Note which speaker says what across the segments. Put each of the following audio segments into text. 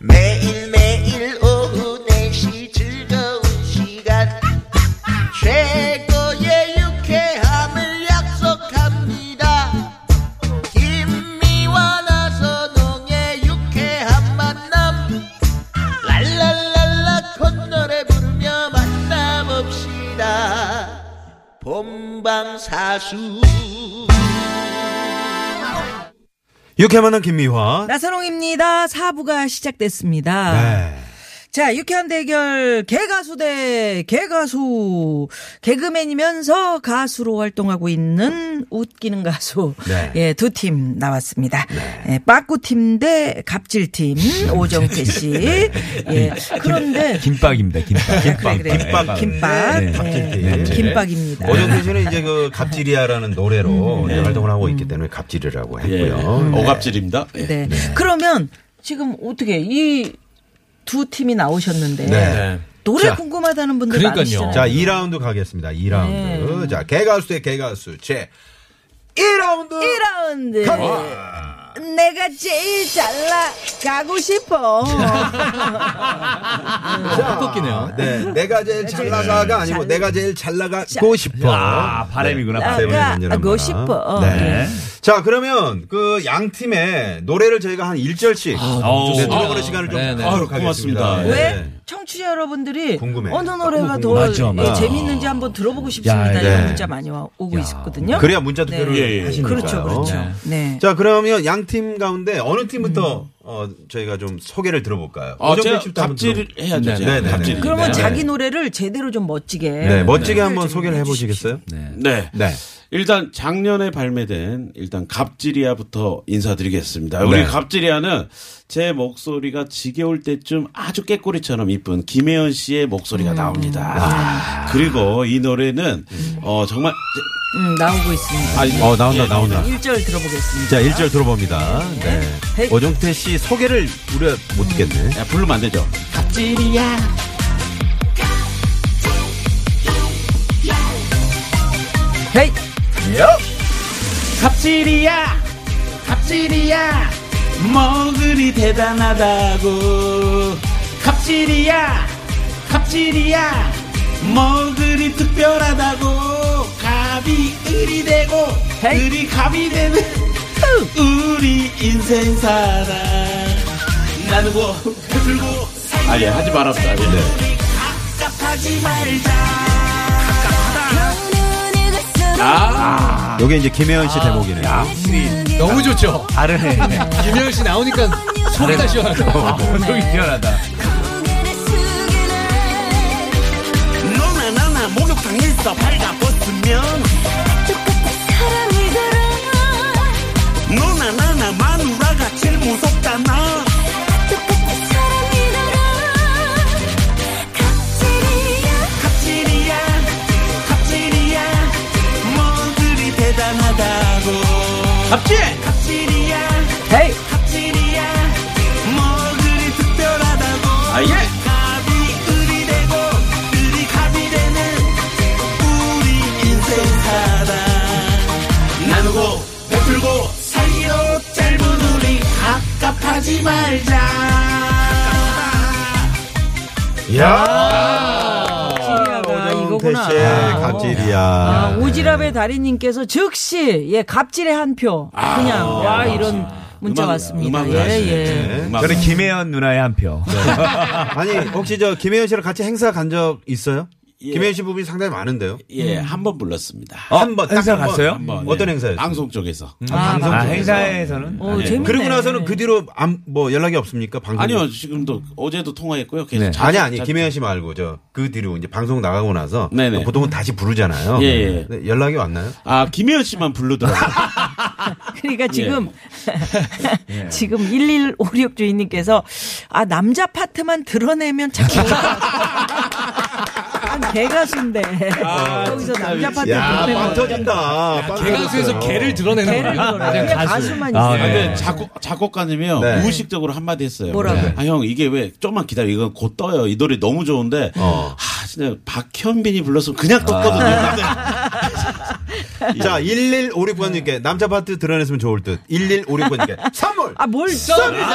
Speaker 1: 매일매일 오후 4시 즐거운 시간 최고의 유쾌함을 약속합니다 김미와 나선홍의 유쾌한 만남 랄랄랄라 콧노래 부르며 만나봅시다 본방사수
Speaker 2: 이렇게 만난 김미화.
Speaker 3: 나선홍입니다. 사부가 시작됐습니다.
Speaker 2: 네.
Speaker 3: 자, 유쾌한 대결 개가수 대 개가수 개그맨이면서 가수로 활동하고 있는 웃기는 가수
Speaker 2: 네.
Speaker 3: 예, 두 팀 나왔습니다. 예, 빠꾸팀 대 갑질팀
Speaker 2: 네.
Speaker 3: 오정태 씨. 예. 그런데 아,
Speaker 4: 김밥입니다. 네, 김밥.
Speaker 3: 그래, 그래.
Speaker 2: 네. 김밥.
Speaker 3: 김밥.
Speaker 4: 네,
Speaker 2: 갑질팀.
Speaker 3: 예,
Speaker 2: 네.
Speaker 3: 김밥입니다.
Speaker 2: 어정태 씨는 이제 그 갑질이야라는 노래로 이제 활동을 하고 있기 때문에 갑질이라고
Speaker 4: 예. 네.
Speaker 5: 예.
Speaker 2: 했고요. 네.
Speaker 5: 음.
Speaker 4: 음.
Speaker 6: 억압질입니다. 예.
Speaker 3: 네. 그러면 지금 어떻게 이 두 팀이 나오셨는데
Speaker 2: 네.
Speaker 4: 예.
Speaker 3: 노래
Speaker 2: 자,
Speaker 3: 궁금하다는 분들
Speaker 4: 그러니까요.
Speaker 3: 많으시잖아요.
Speaker 2: 자, 2라운드 가겠습니다. 2라운드. 자, 개가수 대 개가수. 제 1라운드.
Speaker 3: 1라운드. 내가 제일 잘 나가고 싶어.
Speaker 4: 꺾이네요.
Speaker 2: 네. 내가 제일 잘 나가가 아니고 내가 제일 잘 나가고 싶어.
Speaker 4: 아, 바람이구나.
Speaker 2: 네.
Speaker 4: 바람.
Speaker 2: 세븐의 간절한
Speaker 3: 나가고
Speaker 2: 바람.
Speaker 3: 싶어.
Speaker 2: 네. 자, 그러면 그 양 팀의 노래를 저희가 한 1절씩
Speaker 4: 너무
Speaker 2: 네,
Speaker 4: 좋습니다.
Speaker 2: 들어보는 시간을 좀
Speaker 4: 네, 네.
Speaker 2: 갖도록
Speaker 6: 아유,
Speaker 2: 하겠습니다.
Speaker 6: 고맙습니다.
Speaker 2: 네.
Speaker 3: 왜? 청취자 여러분들이
Speaker 2: 궁금해요.
Speaker 3: 어느 노래가 더
Speaker 4: 맞아, 맞아.
Speaker 3: 예, 재밌는지 한번 들어보고 싶습니다.
Speaker 4: 야,
Speaker 3: 이런
Speaker 2: 네.
Speaker 3: 문자 많이 와- 오고 있었거든요.
Speaker 2: 그래야 문자 투표를
Speaker 3: 네.
Speaker 6: 예, 예.
Speaker 2: 하시니까요.
Speaker 3: 그렇죠, 그렇죠. 네.
Speaker 2: 자 그러면 양 팀 가운데 어느
Speaker 3: 음.
Speaker 2: 팀부터 어, 저희가 좀 소개를 들어볼까요?
Speaker 6: 아,
Speaker 2: 오정태
Speaker 6: 제가
Speaker 2: 씨부터 한번
Speaker 6: 갑질을
Speaker 2: 들어볼까요?
Speaker 6: 해야죠,
Speaker 2: 네,
Speaker 6: 제가.
Speaker 2: 네, 네.
Speaker 6: 갑질을.
Speaker 3: 그러면
Speaker 2: 네.
Speaker 3: 자기 노래를 제대로 좀 멋지게.
Speaker 2: 네, 멋지게 한번
Speaker 3: 좀
Speaker 2: 소개를
Speaker 3: 해주십시오.
Speaker 2: 해보시겠어요? 네.
Speaker 6: 네. 일단 작년에 발매된 일단 갑질이야부터 인사드리겠습니다. 우리
Speaker 2: 네.
Speaker 6: 갑질이야는 제 목소리가 지겨울 때쯤 아주 깨꼬리처럼 이쁜 김혜연 씨의
Speaker 2: 음.
Speaker 6: 목소리가 나옵니다.
Speaker 2: 아.
Speaker 6: 그리고 이 노래는 어 정말
Speaker 3: 음, 나오고
Speaker 6: 아,
Speaker 3: 있습니다.
Speaker 6: 네,
Speaker 2: 어 나온다 나온다.
Speaker 3: 일 1절 들어보겠습니다.
Speaker 2: 자 1절 들어봅니다. 네.
Speaker 3: 헤이.
Speaker 2: 오정태 씨 소개를 우리가 못 듣겠네.
Speaker 6: 야, 부르면 안 되죠.
Speaker 3: 헤이!
Speaker 6: 갑질이야 갑질이야 먹으리 대단하다고 갑질이야 갑질이야 먹으리 특별하다고 갑이 을이 되고
Speaker 3: 헤이.
Speaker 6: 을이 갑이 되는 우리 인생 사랑 뭐 나누고 베풀고 아예 하지 말았다
Speaker 2: 네.
Speaker 6: 아.
Speaker 2: 요게 이제 김혜연 씨 대목이네요.
Speaker 4: 너무 좋죠. 발을 해. 네. 김현 씨 나오니까 속이 다 시원하다. 속이 시원하다.
Speaker 6: 너나 나나 목욕탕에서 발가벗으면 너나 나나 마누라가 제일 무섭다 나 갑질이야 갑질이야 뭐들이 대단하다고 갑질 갑질이야
Speaker 3: 헤이!
Speaker 6: 갑질이야 뭐들이 특별하다고 아예 갑이 을이 되고 을이 갑이 되는 우리 인생 사랑 나누고 베풀고 살려 짧은 우리 갑갑하지 말자
Speaker 2: 아,
Speaker 3: 아, 갑질이야가 이거구나.
Speaker 2: 씨의
Speaker 3: 아,
Speaker 2: 갑질이야.
Speaker 3: 아,
Speaker 2: 네.
Speaker 3: 오지랖의 달인님께서 즉시 예 갑질의 한 표 그냥 와 이런 문자
Speaker 6: 음악,
Speaker 3: 왔습니다.
Speaker 6: 음악을
Speaker 3: 예
Speaker 6: 하시네.
Speaker 3: 예.
Speaker 4: 저는 김혜연 누나의 한 표.
Speaker 2: 아니 혹시 저 김혜연 씨랑 같이 행사 간 적 있어요?
Speaker 6: 예. 아,
Speaker 2: 김혜연 씨 부분이 상당히 많은데. 요
Speaker 6: 예, 한 번 불렀습니다. 예,
Speaker 2: 한번
Speaker 4: 행사 갔어요?
Speaker 2: 어,
Speaker 6: 네.
Speaker 2: 어떤 행사였어요?
Speaker 6: 방송 쪽에서.
Speaker 4: 아, 아, 행사에서는.
Speaker 3: 오, 어, 재밌네.
Speaker 2: 그리고 나서는 그 뒤로 안, 뭐 연락이 없습니까? 방송
Speaker 6: 아니요, 지금도 어제도 통화했고요. 계속
Speaker 4: 네.
Speaker 6: 자주-
Speaker 2: 아니 아니
Speaker 6: 자주-
Speaker 2: 김혜연 씨 말고 저 그 뒤로 이제 방송 나가고 나서 뭐
Speaker 6: 네네.
Speaker 2: 보통은 다시 부르잖아요.
Speaker 6: 예, 예.
Speaker 2: 근데 연락이 왔나요?
Speaker 6: 아, 김혜연 씨만 부르더라고요.
Speaker 3: 그러니까 지금 지금 1156 주인님께서 아 남자 파트만 드러내면 참 좋을 것 같아. 아, 개가수인데 여기서 남자 파트
Speaker 2: 빵
Speaker 3: 드러내면
Speaker 2: 터진다. 빵
Speaker 4: 개가수에서
Speaker 2: 터졌어요.
Speaker 4: 개를 드러내는
Speaker 3: 개를
Speaker 4: 거야.
Speaker 3: 그냥 가수만
Speaker 4: 아,
Speaker 3: 있어요.
Speaker 4: 네.
Speaker 6: 근데 작곡, 작곡가님이요.
Speaker 2: 네.
Speaker 6: 무의식적으로 한마디 했어요.
Speaker 3: 뭐라고요?
Speaker 6: 아, 형, 이게 왜, 좀만 기다려. 이거 곧 떠요. 이 노래 너무 좋은데.
Speaker 2: 어.
Speaker 4: 아.
Speaker 6: 아, 진짜 박현빈이 불렀으면 그냥 떴거든요.
Speaker 2: 자, 1156번님께 남자 파트 드러냈으면 좋을 듯. 1156번님께 선물!
Speaker 3: 아, 뭘 쏩니다.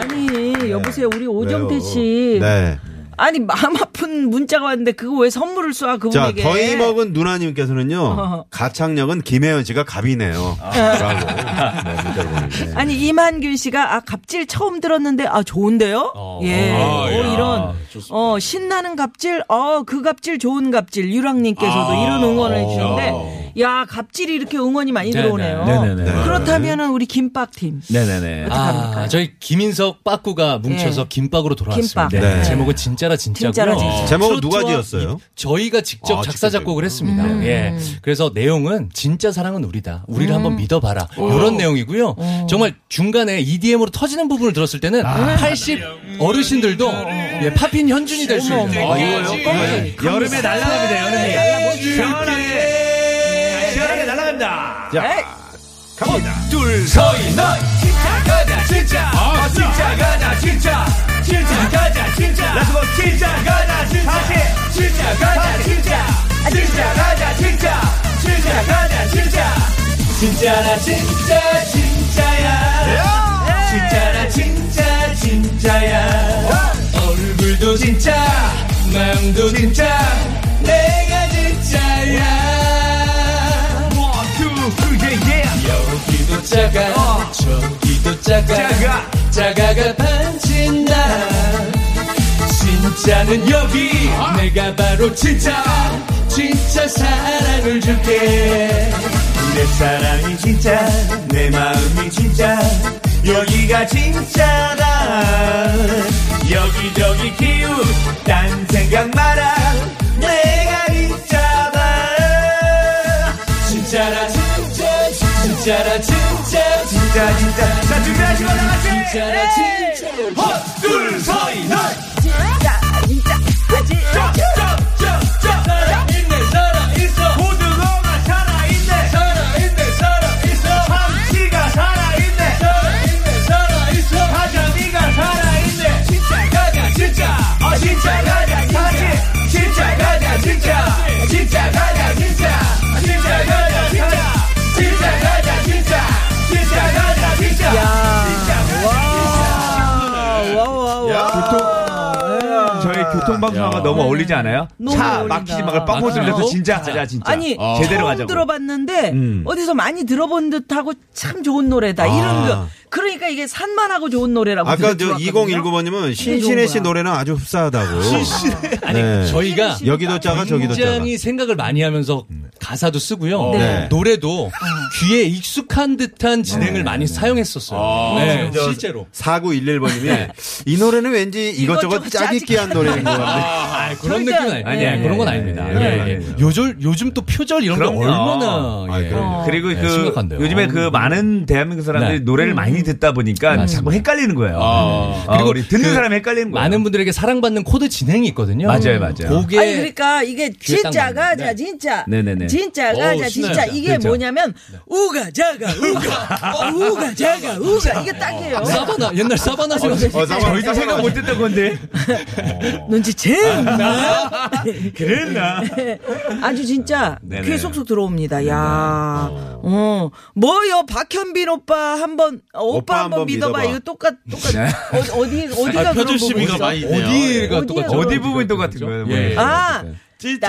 Speaker 3: 아니, 여보세요. 우리 오정태 씨.
Speaker 2: 네.
Speaker 3: 아니, 마음 아픈 문자가 왔는데 그거 왜 선물을 쏴,
Speaker 2: 자,
Speaker 3: 그분에게.
Speaker 2: 더이 먹은 누나님께서는요, 가창력은 김혜연 씨가 갑이네요. 라고. 네, 문자를 보내주세요.
Speaker 3: 아니, 이만균 씨가, 아, 갑질 처음 들었는데, 아, 좋은데요? 예. 어, 이런. 어, 신나는 갑질, 어, 그 갑질 좋은 갑질. 유랑님께서도 이런 응원을 해주는데, 야, 갑질이 이렇게 응원이 많이
Speaker 4: 네네.
Speaker 3: 들어오네요.
Speaker 7: 네네네.
Speaker 3: 그렇다면은 우리 김밥팀.
Speaker 7: 네네네.
Speaker 4: 아, 저희 김인석 빠꾸가 뭉쳐서
Speaker 3: 예.
Speaker 4: 김밥으로 돌아왔습니다.
Speaker 3: 김밥.
Speaker 2: 네.
Speaker 4: 제목은 진짜라 진짜고요.
Speaker 3: 진짜라 진짜.
Speaker 2: 제목은
Speaker 4: 트로트와
Speaker 2: 누가 지었어요?
Speaker 4: 이- 저희가 직접
Speaker 2: 아,
Speaker 4: 작사
Speaker 2: 직접
Speaker 4: 작곡을 했습니다.
Speaker 3: 음.
Speaker 4: 예. 그래서 내용은 진짜 사랑은 우리다. 우리를
Speaker 3: 음.
Speaker 4: 한번 믿어봐라. 이런 내용이고요. 정말 중간에 EDM으로 터지는 부분을 들었을 때는
Speaker 2: 아.
Speaker 4: 80 어르신들도 예, 팝인 현준이 될 수 있는. 아,
Speaker 7: 여름에 날라갑니다, 여름에. 시원하게. 시원하게 날라간다. 갑니다. 둘, 서이, 너. 진짜 가자, 진짜. 아, 진짜 가자, 진짜. 진짜 가자, 진짜. 렛츠고, 진짜 가자, 진짜. 다시. 진짜 가자, 진짜. 진짜 가자, 진짜. 진짜 가자, 진짜. 진짜라, 진짜, 진짜야. 진짜라, 진짜, 진짜야. 얼굴도 진짜, 마음도 진짜, 내가 진짜야. One, two, three, yeah, yeah. 여기도 작아 저기도 작아 작아 가 반진다 진짜는 여기
Speaker 2: 아.
Speaker 4: 네,
Speaker 7: 내가 바로 진짜 진짜 사랑을 줄게 내 사랑이 진짜 내 마음이 진짜 여기가 진짜다 여기저기 기운 딴 생각 마라 내가 있잖아 진짜라 진짜 진짜라 진짜 진짜 진짜 자 준비하시고 다 같이 진짜라 진짜 헛둘 서이 널 진짜 진짜 진짜 살아있네 살아있어 고등어가 살아있네 살아있네 살아있어 참치가 살아있네 살아있네 살아있어 가자미가 살아있네 진짜 가자 진짜 어 진짜 가자 다시 진짜 가자 진짜 진짜 가자 진짜 진짜 가자 진짜 진짜 가자 진짜 진짜 가자 진짜
Speaker 5: 저희 교통방송과 너무 어울리지 않아요?
Speaker 3: 음, 너무
Speaker 5: 차
Speaker 3: 어울린다.
Speaker 5: 막히지 막을 빵
Speaker 3: 맞아요.
Speaker 5: 모질려서 진짜 가자 진짜. 어.
Speaker 3: 아니
Speaker 5: 제대로
Speaker 3: 처음
Speaker 5: 가자고.
Speaker 3: 들어봤는데 어디서 많이 들어본 듯하고 참 좋은 노래다 이런 거 그러니까 이게 산만하고 좋은 노래라고
Speaker 2: 아까 저
Speaker 3: 들었거든요.
Speaker 2: 2019번님은 신신혜 씨
Speaker 3: 거야.
Speaker 2: 노래는 아주 흡사하다고.
Speaker 4: 아니
Speaker 2: 네.
Speaker 4: 저희가
Speaker 2: 여기도 짜가 아, 저기도 짜가.
Speaker 4: 굉장히 생각을 많이 하면서 가사도 쓰고요.
Speaker 2: 네.
Speaker 4: 노래도 귀에 익숙한 듯한 진행을 많이 사용했었어요. 네, 실제로.
Speaker 2: 4911번님이 이 노래는 왠지 이것저것
Speaker 3: 이것저것
Speaker 2: 짜깁기한 노래인 것 같네.
Speaker 4: 아, 그런
Speaker 3: 절대
Speaker 4: 느낌은
Speaker 3: 안-
Speaker 4: 아니,
Speaker 3: 네.
Speaker 4: 아니, 그런 건 아닙니다. 예, 예. 요절, 요즘 또 표절 이런 거
Speaker 5: 그럼요.
Speaker 4: 얼마나.
Speaker 2: 아이,
Speaker 4: 예.
Speaker 2: 그럼요.
Speaker 5: 그리고
Speaker 4: 네,
Speaker 5: 그
Speaker 4: 심각한데요. 음.
Speaker 5: 요즘에 그 많은 대한민국 사람들이
Speaker 4: 네. 음. 아.
Speaker 5: 노래를 많이 듣다 보니까 자꾸 헷갈리는 거예요. 그리고 아, 우리 듣는
Speaker 4: 그
Speaker 5: 사람이 헷갈리는 거예요.
Speaker 4: 많은 분들에게 사랑받는 코드 진행이 있거든요. 음.
Speaker 5: 맞아요, 맞아요.
Speaker 4: 그게
Speaker 3: 아니 그러니까 이게
Speaker 4: 귀에 딱
Speaker 3: 진짜
Speaker 4: 맞는데.
Speaker 3: 가자 진짜
Speaker 5: 네네네.
Speaker 3: 진짜
Speaker 4: 어우,
Speaker 3: 가자 진짜
Speaker 4: 신나요.
Speaker 3: 이게 뭐냐면 우가 자가 우가 어, 우가 자가 우가 이게 딱이에요
Speaker 4: 사바나 옛날 사바나 생각.
Speaker 2: 어, 잠깐만.
Speaker 5: 저희도 생각 못 했던 건데.
Speaker 3: 눈치챘나
Speaker 5: 그랬나?
Speaker 3: 아, 네. 아주 진짜
Speaker 5: 네네.
Speaker 3: 귀에 쏙쏙 들어옵니다. 야, 어, 뭐요? 박현빈 오빠 한번 어, 오빠,
Speaker 2: 오빠
Speaker 3: 한번
Speaker 2: 한번
Speaker 3: 믿어봐.
Speaker 2: 믿어봐.
Speaker 3: 이거 똑같 똑같 어, 어디 어디가
Speaker 6: 아,
Speaker 3: 그런
Speaker 6: 표준 시비가
Speaker 3: 부분이죠?
Speaker 6: 많이 있네요.
Speaker 4: 어디가
Speaker 3: 어디예요?
Speaker 4: 똑같죠?
Speaker 5: 어디 부분이 똑같은 거예요?
Speaker 4: 예.
Speaker 3: 아,
Speaker 6: 진짜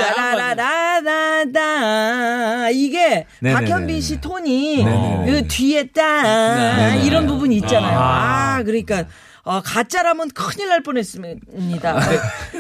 Speaker 3: 따라라라다 이게
Speaker 5: 네네네.
Speaker 3: 박현빈 씨 톤이
Speaker 5: 네네네.
Speaker 3: 그 뒤에 따 이런 부분이 있잖아요. 아, 그러니까. 어, 가짜라면 큰일 날 뻔했습니다.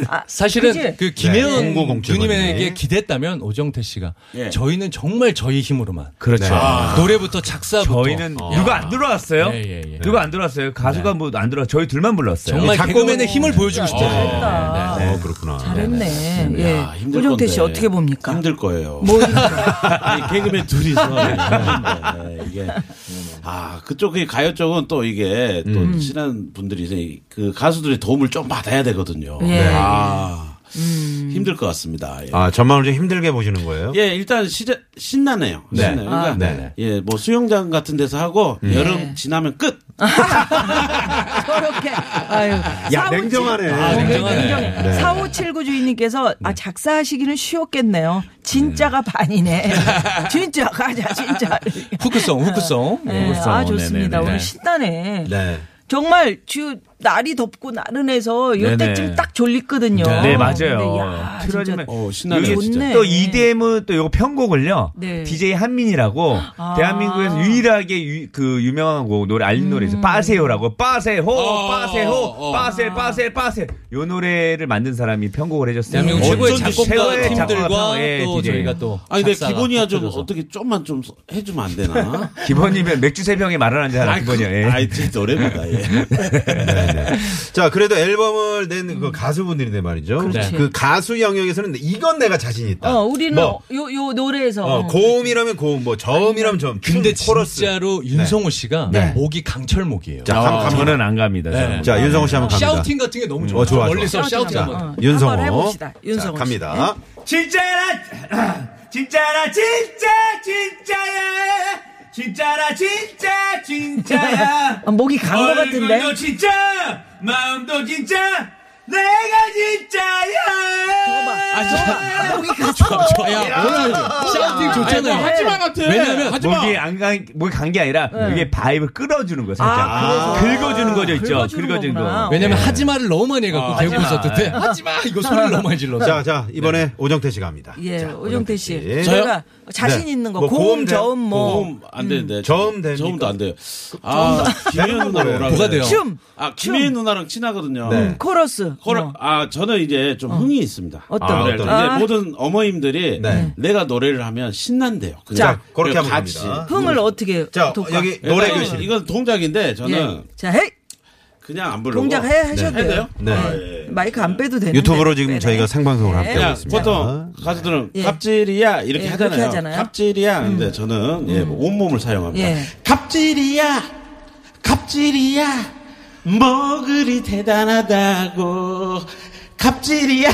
Speaker 3: 아,
Speaker 4: 사실은
Speaker 3: 그치?
Speaker 4: 그 김혜원
Speaker 2: 공구공칠
Speaker 4: 누님에게
Speaker 2: 번님.
Speaker 4: 기댔다면 오정태 씨가
Speaker 6: 예.
Speaker 4: 저희는 정말 저희 힘으로만
Speaker 5: 그렇죠.
Speaker 4: 노래부터 작사부터
Speaker 5: 저희는 누가 안 들어왔어요?
Speaker 4: 그렇죠. 어. 예, 예, 예.
Speaker 5: 누가 안 들어왔어요? 가수가 뭐 안 들어. 저희 둘만 불렀어요.
Speaker 4: 정말
Speaker 2: 작곡은-
Speaker 4: 개그맨의 어, 힘을 보여주고 싶잖아요.
Speaker 3: 아,
Speaker 2: 어, 그렇구나.
Speaker 3: 잘했네.
Speaker 6: 야,
Speaker 3: 예.
Speaker 6: 아, 힘들
Speaker 3: 우정태 씨
Speaker 6: 건데.
Speaker 3: 어떻게 봅니까?
Speaker 6: 힘들 거예요.
Speaker 3: 뭐 힘들어요?
Speaker 6: 아니, 개그맨 둘이서
Speaker 3: 네.
Speaker 6: 이렇게 하는데 이게 아 그쪽이 가요 쪽은 또 이게 또
Speaker 4: 음.
Speaker 6: 친한 분들이 이제 그 가수들의 도움을 좀 받아야 되거든요.
Speaker 3: 예. 음.
Speaker 6: 아 힘들 것 같습니다. 예.
Speaker 2: 아, 전망을 좀 힘들게 보시는 거예요?
Speaker 6: 예, 일단 시제, 신나네요. 신나요. 그러니까
Speaker 2: 네. 음.
Speaker 6: 예, 뭐 수영장 같은 데서 하고 여름 지나면 끝.
Speaker 2: 아,
Speaker 3: 저렇게. 아유.
Speaker 2: 야,
Speaker 3: 4579
Speaker 2: 냉정하네.
Speaker 3: 어,
Speaker 4: 냉정하네.
Speaker 3: 냉정해. 4579 주인님께서 아, 작사하시기는 쉬웠겠네요. 진짜가 반이네. 진짜 가자, 진짜.
Speaker 4: 후크송, 후크송.
Speaker 3: 네, 아, 좋습니다. 오늘 신나네.
Speaker 2: 네.
Speaker 3: 정말 주 날이 덥고 나른해서
Speaker 5: 네네.
Speaker 3: 요때쯤 딱 졸리거든요.
Speaker 5: 네,
Speaker 3: 근데
Speaker 5: 맞아요.
Speaker 3: 야, 진짜
Speaker 5: 틀어지면
Speaker 6: 어, 신나네요.
Speaker 3: 좋네.
Speaker 6: 진짜.
Speaker 5: 또 이대문 또 요거 편곡을요.
Speaker 3: 네.
Speaker 5: DJ 한민이라고
Speaker 4: 아.
Speaker 5: 대한민국에서 유일하게 유, 그 유명한 곡 노래 알린
Speaker 4: 음.
Speaker 5: 노래에서 빠세요라고 빠세호
Speaker 6: 어,
Speaker 5: 빠세호
Speaker 6: 어.
Speaker 5: 빠세 빠세 빠세 요 노래를 만든 사람이 편곡을 해줬어요.
Speaker 4: 대한민국 최고의
Speaker 5: 어쩐지
Speaker 4: 작곡가
Speaker 5: 최고의 작곡가
Speaker 4: 팀들과
Speaker 5: 예,
Speaker 4: 또
Speaker 5: DJ.
Speaker 4: 저희가 또.
Speaker 6: 아니, 근데
Speaker 4: 작사가
Speaker 6: 기본이야 뭐 좀
Speaker 4: 합쳐져서.
Speaker 6: 어떻게 좀만 좀 서- 해주면 안 되나?
Speaker 5: 기본이면 맥주 세 병에 말하는 사람 기본이요.
Speaker 2: 네.
Speaker 5: 예.
Speaker 6: 아이, 제 노래보다, 예.
Speaker 2: 자, 그래도 앨범을 낸 그 가수분들인데 말이죠.
Speaker 3: 음. 그렇지.
Speaker 2: 그 가수 영역에서는 이건 내가 자신 있다.
Speaker 3: 네. 어, 우리는
Speaker 2: 뭐,
Speaker 3: 요, 요 노래에서.
Speaker 2: 어, 고음이라면 고음, 뭐 저음이라면 저음.
Speaker 4: 근데
Speaker 2: 춤, 코러스.
Speaker 4: 진짜로 윤성호 씨가
Speaker 2: 네.
Speaker 4: 목이 강철목이에요.
Speaker 2: 자, 감, 감,
Speaker 5: 저는 안 갑니다.
Speaker 4: 네.
Speaker 5: 저는.
Speaker 2: 자, 윤성호 씨 한번 갑니다.
Speaker 4: 샤우팅 같은 게 너무 좋아.
Speaker 2: 어, 좋아, 좋아.
Speaker 4: 멀리서 샤우팅
Speaker 3: 자,
Speaker 4: 한번.
Speaker 3: 어,
Speaker 2: 윤성호.
Speaker 3: 한번 해봅시다.
Speaker 2: 자,
Speaker 3: 윤성호.
Speaker 2: 갑니다.
Speaker 7: 진짜라 진짜라 진짜 진짜야 진짜라 진짜 진짜야
Speaker 3: 아, 목이 간 것 같은데.
Speaker 7: 얼굴도 진짜 마음도 진짜 내가 진짜야
Speaker 3: 아, 목이 가.
Speaker 4: 야, 오늘 샤우팅 좋잖아요. 네.
Speaker 6: 하지마 같아.
Speaker 4: 왜냐면
Speaker 6: 하지마.
Speaker 5: 목이 안간목간게 아니라 이게 바이브 끌어주는 거예요. 살짝.
Speaker 3: 네. 아,
Speaker 5: 긁어주는 거죠, 있죠.
Speaker 3: 긁어주는
Speaker 5: 긁어주는
Speaker 3: 거구나.
Speaker 5: 거. 네.
Speaker 4: 왜냐면 네. 아, 하지마를 너무 많이 해갖고 대우고 있었을 때 하지마 이거 소리를 너무 많이 질러서
Speaker 2: 자, 자, 이번에
Speaker 4: 네.
Speaker 2: 오정태 씨가 합니다.
Speaker 3: 네. 예,
Speaker 2: 자,
Speaker 3: 오정태 씨.
Speaker 2: 씨.
Speaker 3: 저희가 자신
Speaker 2: 네.
Speaker 3: 있는 거.
Speaker 2: 뭐
Speaker 3: 고음,
Speaker 2: 고음,
Speaker 3: 저음, 뭐.
Speaker 6: 저음 안 되는데.
Speaker 2: 저음 됩니까?
Speaker 6: 저음도 안 돼요. 아, 김혜연 누나
Speaker 2: 뭐예요?
Speaker 6: 오라고.
Speaker 4: 뭐가 돼요?
Speaker 3: 춤,
Speaker 6: 아, 김혜연 누나랑 친하거든요.
Speaker 2: 네.
Speaker 3: 코러스.
Speaker 6: 코러,
Speaker 3: 뭐.
Speaker 6: 아, 저는 이제 좀 흥이 있습니다.
Speaker 3: 어떤?
Speaker 2: 아,
Speaker 6: 네,
Speaker 2: 어떤?
Speaker 6: 이제
Speaker 3: 아.
Speaker 6: 모든 어머님들이
Speaker 2: 네.
Speaker 6: 내가 노래를 하면 신난대요. 그러니까
Speaker 2: 자, 그렇게 하면
Speaker 6: 같이.
Speaker 2: 됩니다.
Speaker 3: 흥을 어떻게.
Speaker 2: 뭐. 자,
Speaker 3: 돕까?
Speaker 2: 여기
Speaker 6: 예,
Speaker 2: 노래
Speaker 6: 이건-
Speaker 2: 교실.
Speaker 6: 이건 동작인데
Speaker 3: 예.
Speaker 6: 저는
Speaker 3: 자, 헤이!
Speaker 6: 그냥 안 부르고
Speaker 3: 동작 해, 하셔도
Speaker 6: 해도
Speaker 3: 돼요.
Speaker 6: 돼요?
Speaker 2: 네.
Speaker 6: 아, 예.
Speaker 3: 마이크 안 빼도 되는데.
Speaker 2: 유튜브로 지금
Speaker 3: 빼네.
Speaker 2: 저희가 생방송을 함께 하고
Speaker 6: 그냥
Speaker 2: 있습니다.
Speaker 6: 보통 가수들은
Speaker 3: 예.
Speaker 6: 갑질이야 이렇게
Speaker 3: 예,
Speaker 6: 하잖아요.
Speaker 3: 그렇게 하잖아요. 음.
Speaker 6: 갑질이야. 근데 저는 예, 뭐 온몸을 사용합니다.
Speaker 3: 예.
Speaker 6: 갑질이야. 갑질이야. 뭐 그리 대단하다고. 갑질이야.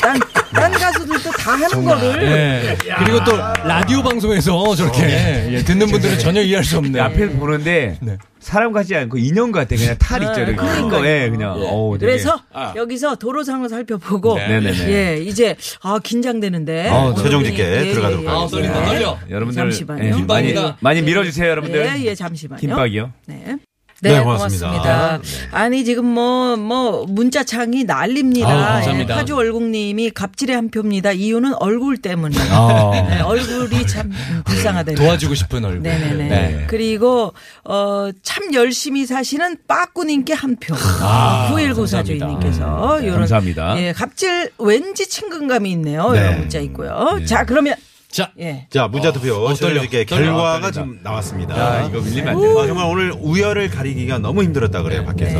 Speaker 3: 딴, 딴 가수들도 다 하는 거를.
Speaker 2: 네.
Speaker 4: 예. 그리고 또 라디오 방송에서 저렇게 예, 듣는 분들은 전혀 이해할 수 없네. 네.
Speaker 5: 앞에서 보는데 사람 같지 않고 인형 같아. 그냥 탈 있죠. 이렇게.
Speaker 3: 네, 그러니까요.
Speaker 5: 예, 그냥. 어우, 되게.
Speaker 3: 그래서
Speaker 6: 아.
Speaker 3: 여기서 도로 상황을 살펴보고
Speaker 5: 네네네.
Speaker 3: 예 이제 아 긴장되는데 예,
Speaker 2: 어,
Speaker 3: 오늘
Speaker 2: 최종
Speaker 3: 분이-
Speaker 2: 집계 들어가도록
Speaker 4: 아, 떨린다, 떨려.
Speaker 5: 여러분들
Speaker 3: 잠시만요.
Speaker 5: 예, 많이
Speaker 4: 김밥이다.
Speaker 5: 많이 밀어주세요, 여러분들.
Speaker 3: 예, 예, 잠시만요.
Speaker 5: 김밥이요.
Speaker 3: 네.
Speaker 2: 네,
Speaker 3: 네,
Speaker 2: 고맙습니다.
Speaker 3: 고맙습니다. 아니 지금 뭐 뭐 문자창이 난립니다.
Speaker 4: 아우, 감사합니다.
Speaker 3: 예, 화주 얼국님이 갑질의 한 표입니다. 이유는 얼굴 때문에 네, 얼굴이 참 불쌍하다.
Speaker 4: 도와주고 싶은 얼굴.
Speaker 3: 네. 네네네.
Speaker 4: 네.
Speaker 3: 그리고 어 참 열심히 사시는 빠꾸님께 한 표.
Speaker 4: 감사합니다.
Speaker 3: 9194주인님께서
Speaker 5: 네, 감사합니다.
Speaker 3: 예, 갑질 왠지 친근감이 있네요.
Speaker 2: 네.
Speaker 3: 이런 문자 있고요. 자 그러면
Speaker 4: 자,
Speaker 3: 예.
Speaker 2: 자, 문자 투표
Speaker 4: 어, 떨려.
Speaker 2: 최종집계
Speaker 4: 떨려.
Speaker 2: 결과가
Speaker 5: 아, 떨린다.
Speaker 2: 지금 나왔습니다.
Speaker 5: 야, 이거 밀리면 안 돼. 네,
Speaker 2: 아, 정말 오늘 우열을 가리기가 너무 힘들었다 그래요 밖에서.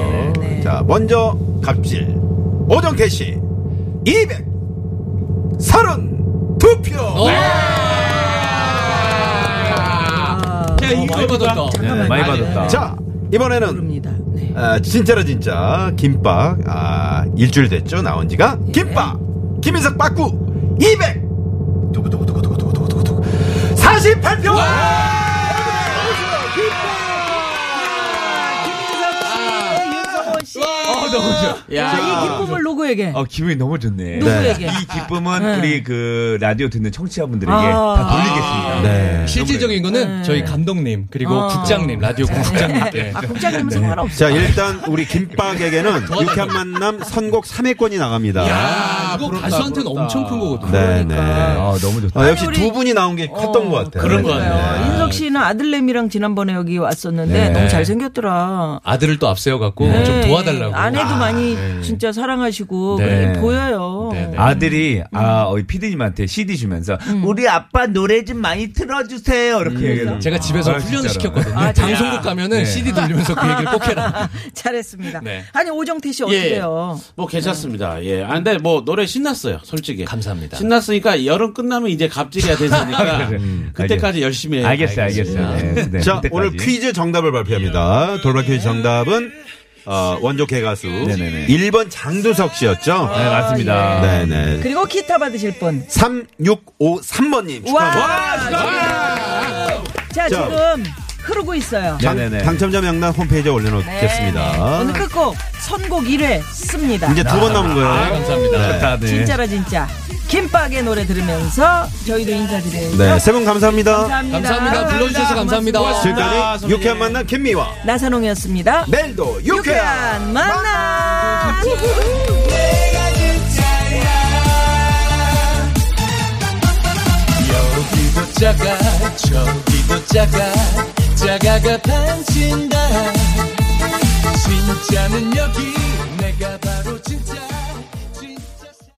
Speaker 2: 자, 먼저 갑질 오정태 씨 232표.
Speaker 5: 어.
Speaker 4: 아.
Speaker 3: 아,
Speaker 4: 야, 이거 받았다.
Speaker 5: 네, 많이 받았다.
Speaker 2: 자, 이번에는
Speaker 3: 부릅니다. 네.
Speaker 2: 아, 진짜로 진짜 김밥 아, 일주일 됐죠 나온 지가 김밥 김인석 빠꾸 200 두구두구두구두구두구두구 48표
Speaker 3: 윤성호 씨.
Speaker 5: 어, 너무 좋아.
Speaker 3: 야, 이
Speaker 4: 아.
Speaker 3: 기쁨을 누구에게?
Speaker 5: 어, 기분이 너무 좋네.
Speaker 3: 누구에게?
Speaker 5: 이 기쁨은 우리 그 라디오 듣는 청취자분들에게
Speaker 3: 아.
Speaker 5: 다 돌리겠습니다.
Speaker 2: 네.
Speaker 4: 실질적인 거는 저희 감독님 그리고
Speaker 3: 어.
Speaker 4: 국장님 라디오 국장님께 네.
Speaker 3: 아, 국장님은 상관없어.
Speaker 2: 자 일단 우리 김밥에게는 유쾌한 만남 선곡 3회권이 나갑니다
Speaker 4: 야, 이거 아, 가수한테는 엄청 큰 거거든요.
Speaker 2: 네네
Speaker 5: 아, 너무 좋다.
Speaker 2: 아, 역시
Speaker 3: 우리-
Speaker 2: 두 분이 나온 게 컸던 것 같아요
Speaker 4: 그런 것
Speaker 2: 네.
Speaker 4: 같아요.
Speaker 3: 어, 인석 씨는 아들내미랑 지난번에 여기 왔었는데
Speaker 5: 네.
Speaker 3: 너무 잘생겼더라.
Speaker 4: 아들을 또 앞세워 갖고 좀
Speaker 3: 네,
Speaker 4: 도와달라고.
Speaker 3: 아내도 많이 진짜 사랑하시고
Speaker 4: 네.
Speaker 3: 그게 보여요.
Speaker 4: 네, 네.
Speaker 5: 아들이 아, 어, 피디님한테 CD 주면서
Speaker 1: 음.
Speaker 5: 우리 아빠 노래 좀 많이 틀어주세요. 이렇게 얘기해요.
Speaker 4: 제가 집에서
Speaker 5: 아,
Speaker 4: 훈련을
Speaker 5: 진짜로.
Speaker 4: 시켰거든요.
Speaker 3: 아, 진짜?
Speaker 4: 방송국 가면은
Speaker 5: 네.
Speaker 4: CD 돌리면서 그 얘기를 꼭 해라.
Speaker 3: 잘했습니다.
Speaker 4: 네.
Speaker 3: 아니 오정태 씨 어때요? 네.
Speaker 6: 뭐 괜찮습니다. 예. 아, 근데 뭐 노래 신났어요. 솔직히.
Speaker 4: 감사합니다.
Speaker 6: 신났으니까 여름 끝나면 이제 갑질이야 됐으니까 그때까지 열심히 해요.
Speaker 5: 알겠어요, 알겠어요. 네, 네,
Speaker 2: 자
Speaker 5: 그때까지.
Speaker 2: 오늘 퀴즈 정답을 발표합니다 돌발 퀴즈 정답은 어, 원조 개가수
Speaker 5: 네네네.
Speaker 2: 1번 장두석 씨였죠
Speaker 5: 네, 맞습니다.
Speaker 2: 네네
Speaker 3: 그리고 기타 받으실 분.
Speaker 2: 3653번님
Speaker 3: 와,
Speaker 2: 축하합니다. 자.
Speaker 3: 자, 지금 흐르고 있어요. 네.
Speaker 2: 당,
Speaker 5: 네네네.
Speaker 2: 당첨자 명단 홈페이지에 올려놓겠습니다.
Speaker 3: 오늘 끝곡 선곡 1회 씁니다.
Speaker 2: 이제 두 번 남은 거예요.
Speaker 4: 아, 감사합니다.
Speaker 5: 좋다, 네.
Speaker 3: 진짜라 진짜. 김밥의 노래 들으면서 저희도 인사드려요.
Speaker 2: 네, 세 분 감사합니다.
Speaker 3: 감사합니다.
Speaker 4: 감사합니다. 불러주셔서 감사합니다.
Speaker 2: 지금까지
Speaker 6: 선생님.
Speaker 2: 유쾌한 만남 김미와
Speaker 3: 나선홍이었습니다.
Speaker 2: 내일도 유쾌한
Speaker 3: 유쾌한 만남.
Speaker 4: 여기도 작아 저기도 작아 작아가 반친다 진짜는 여기 내가 바로 진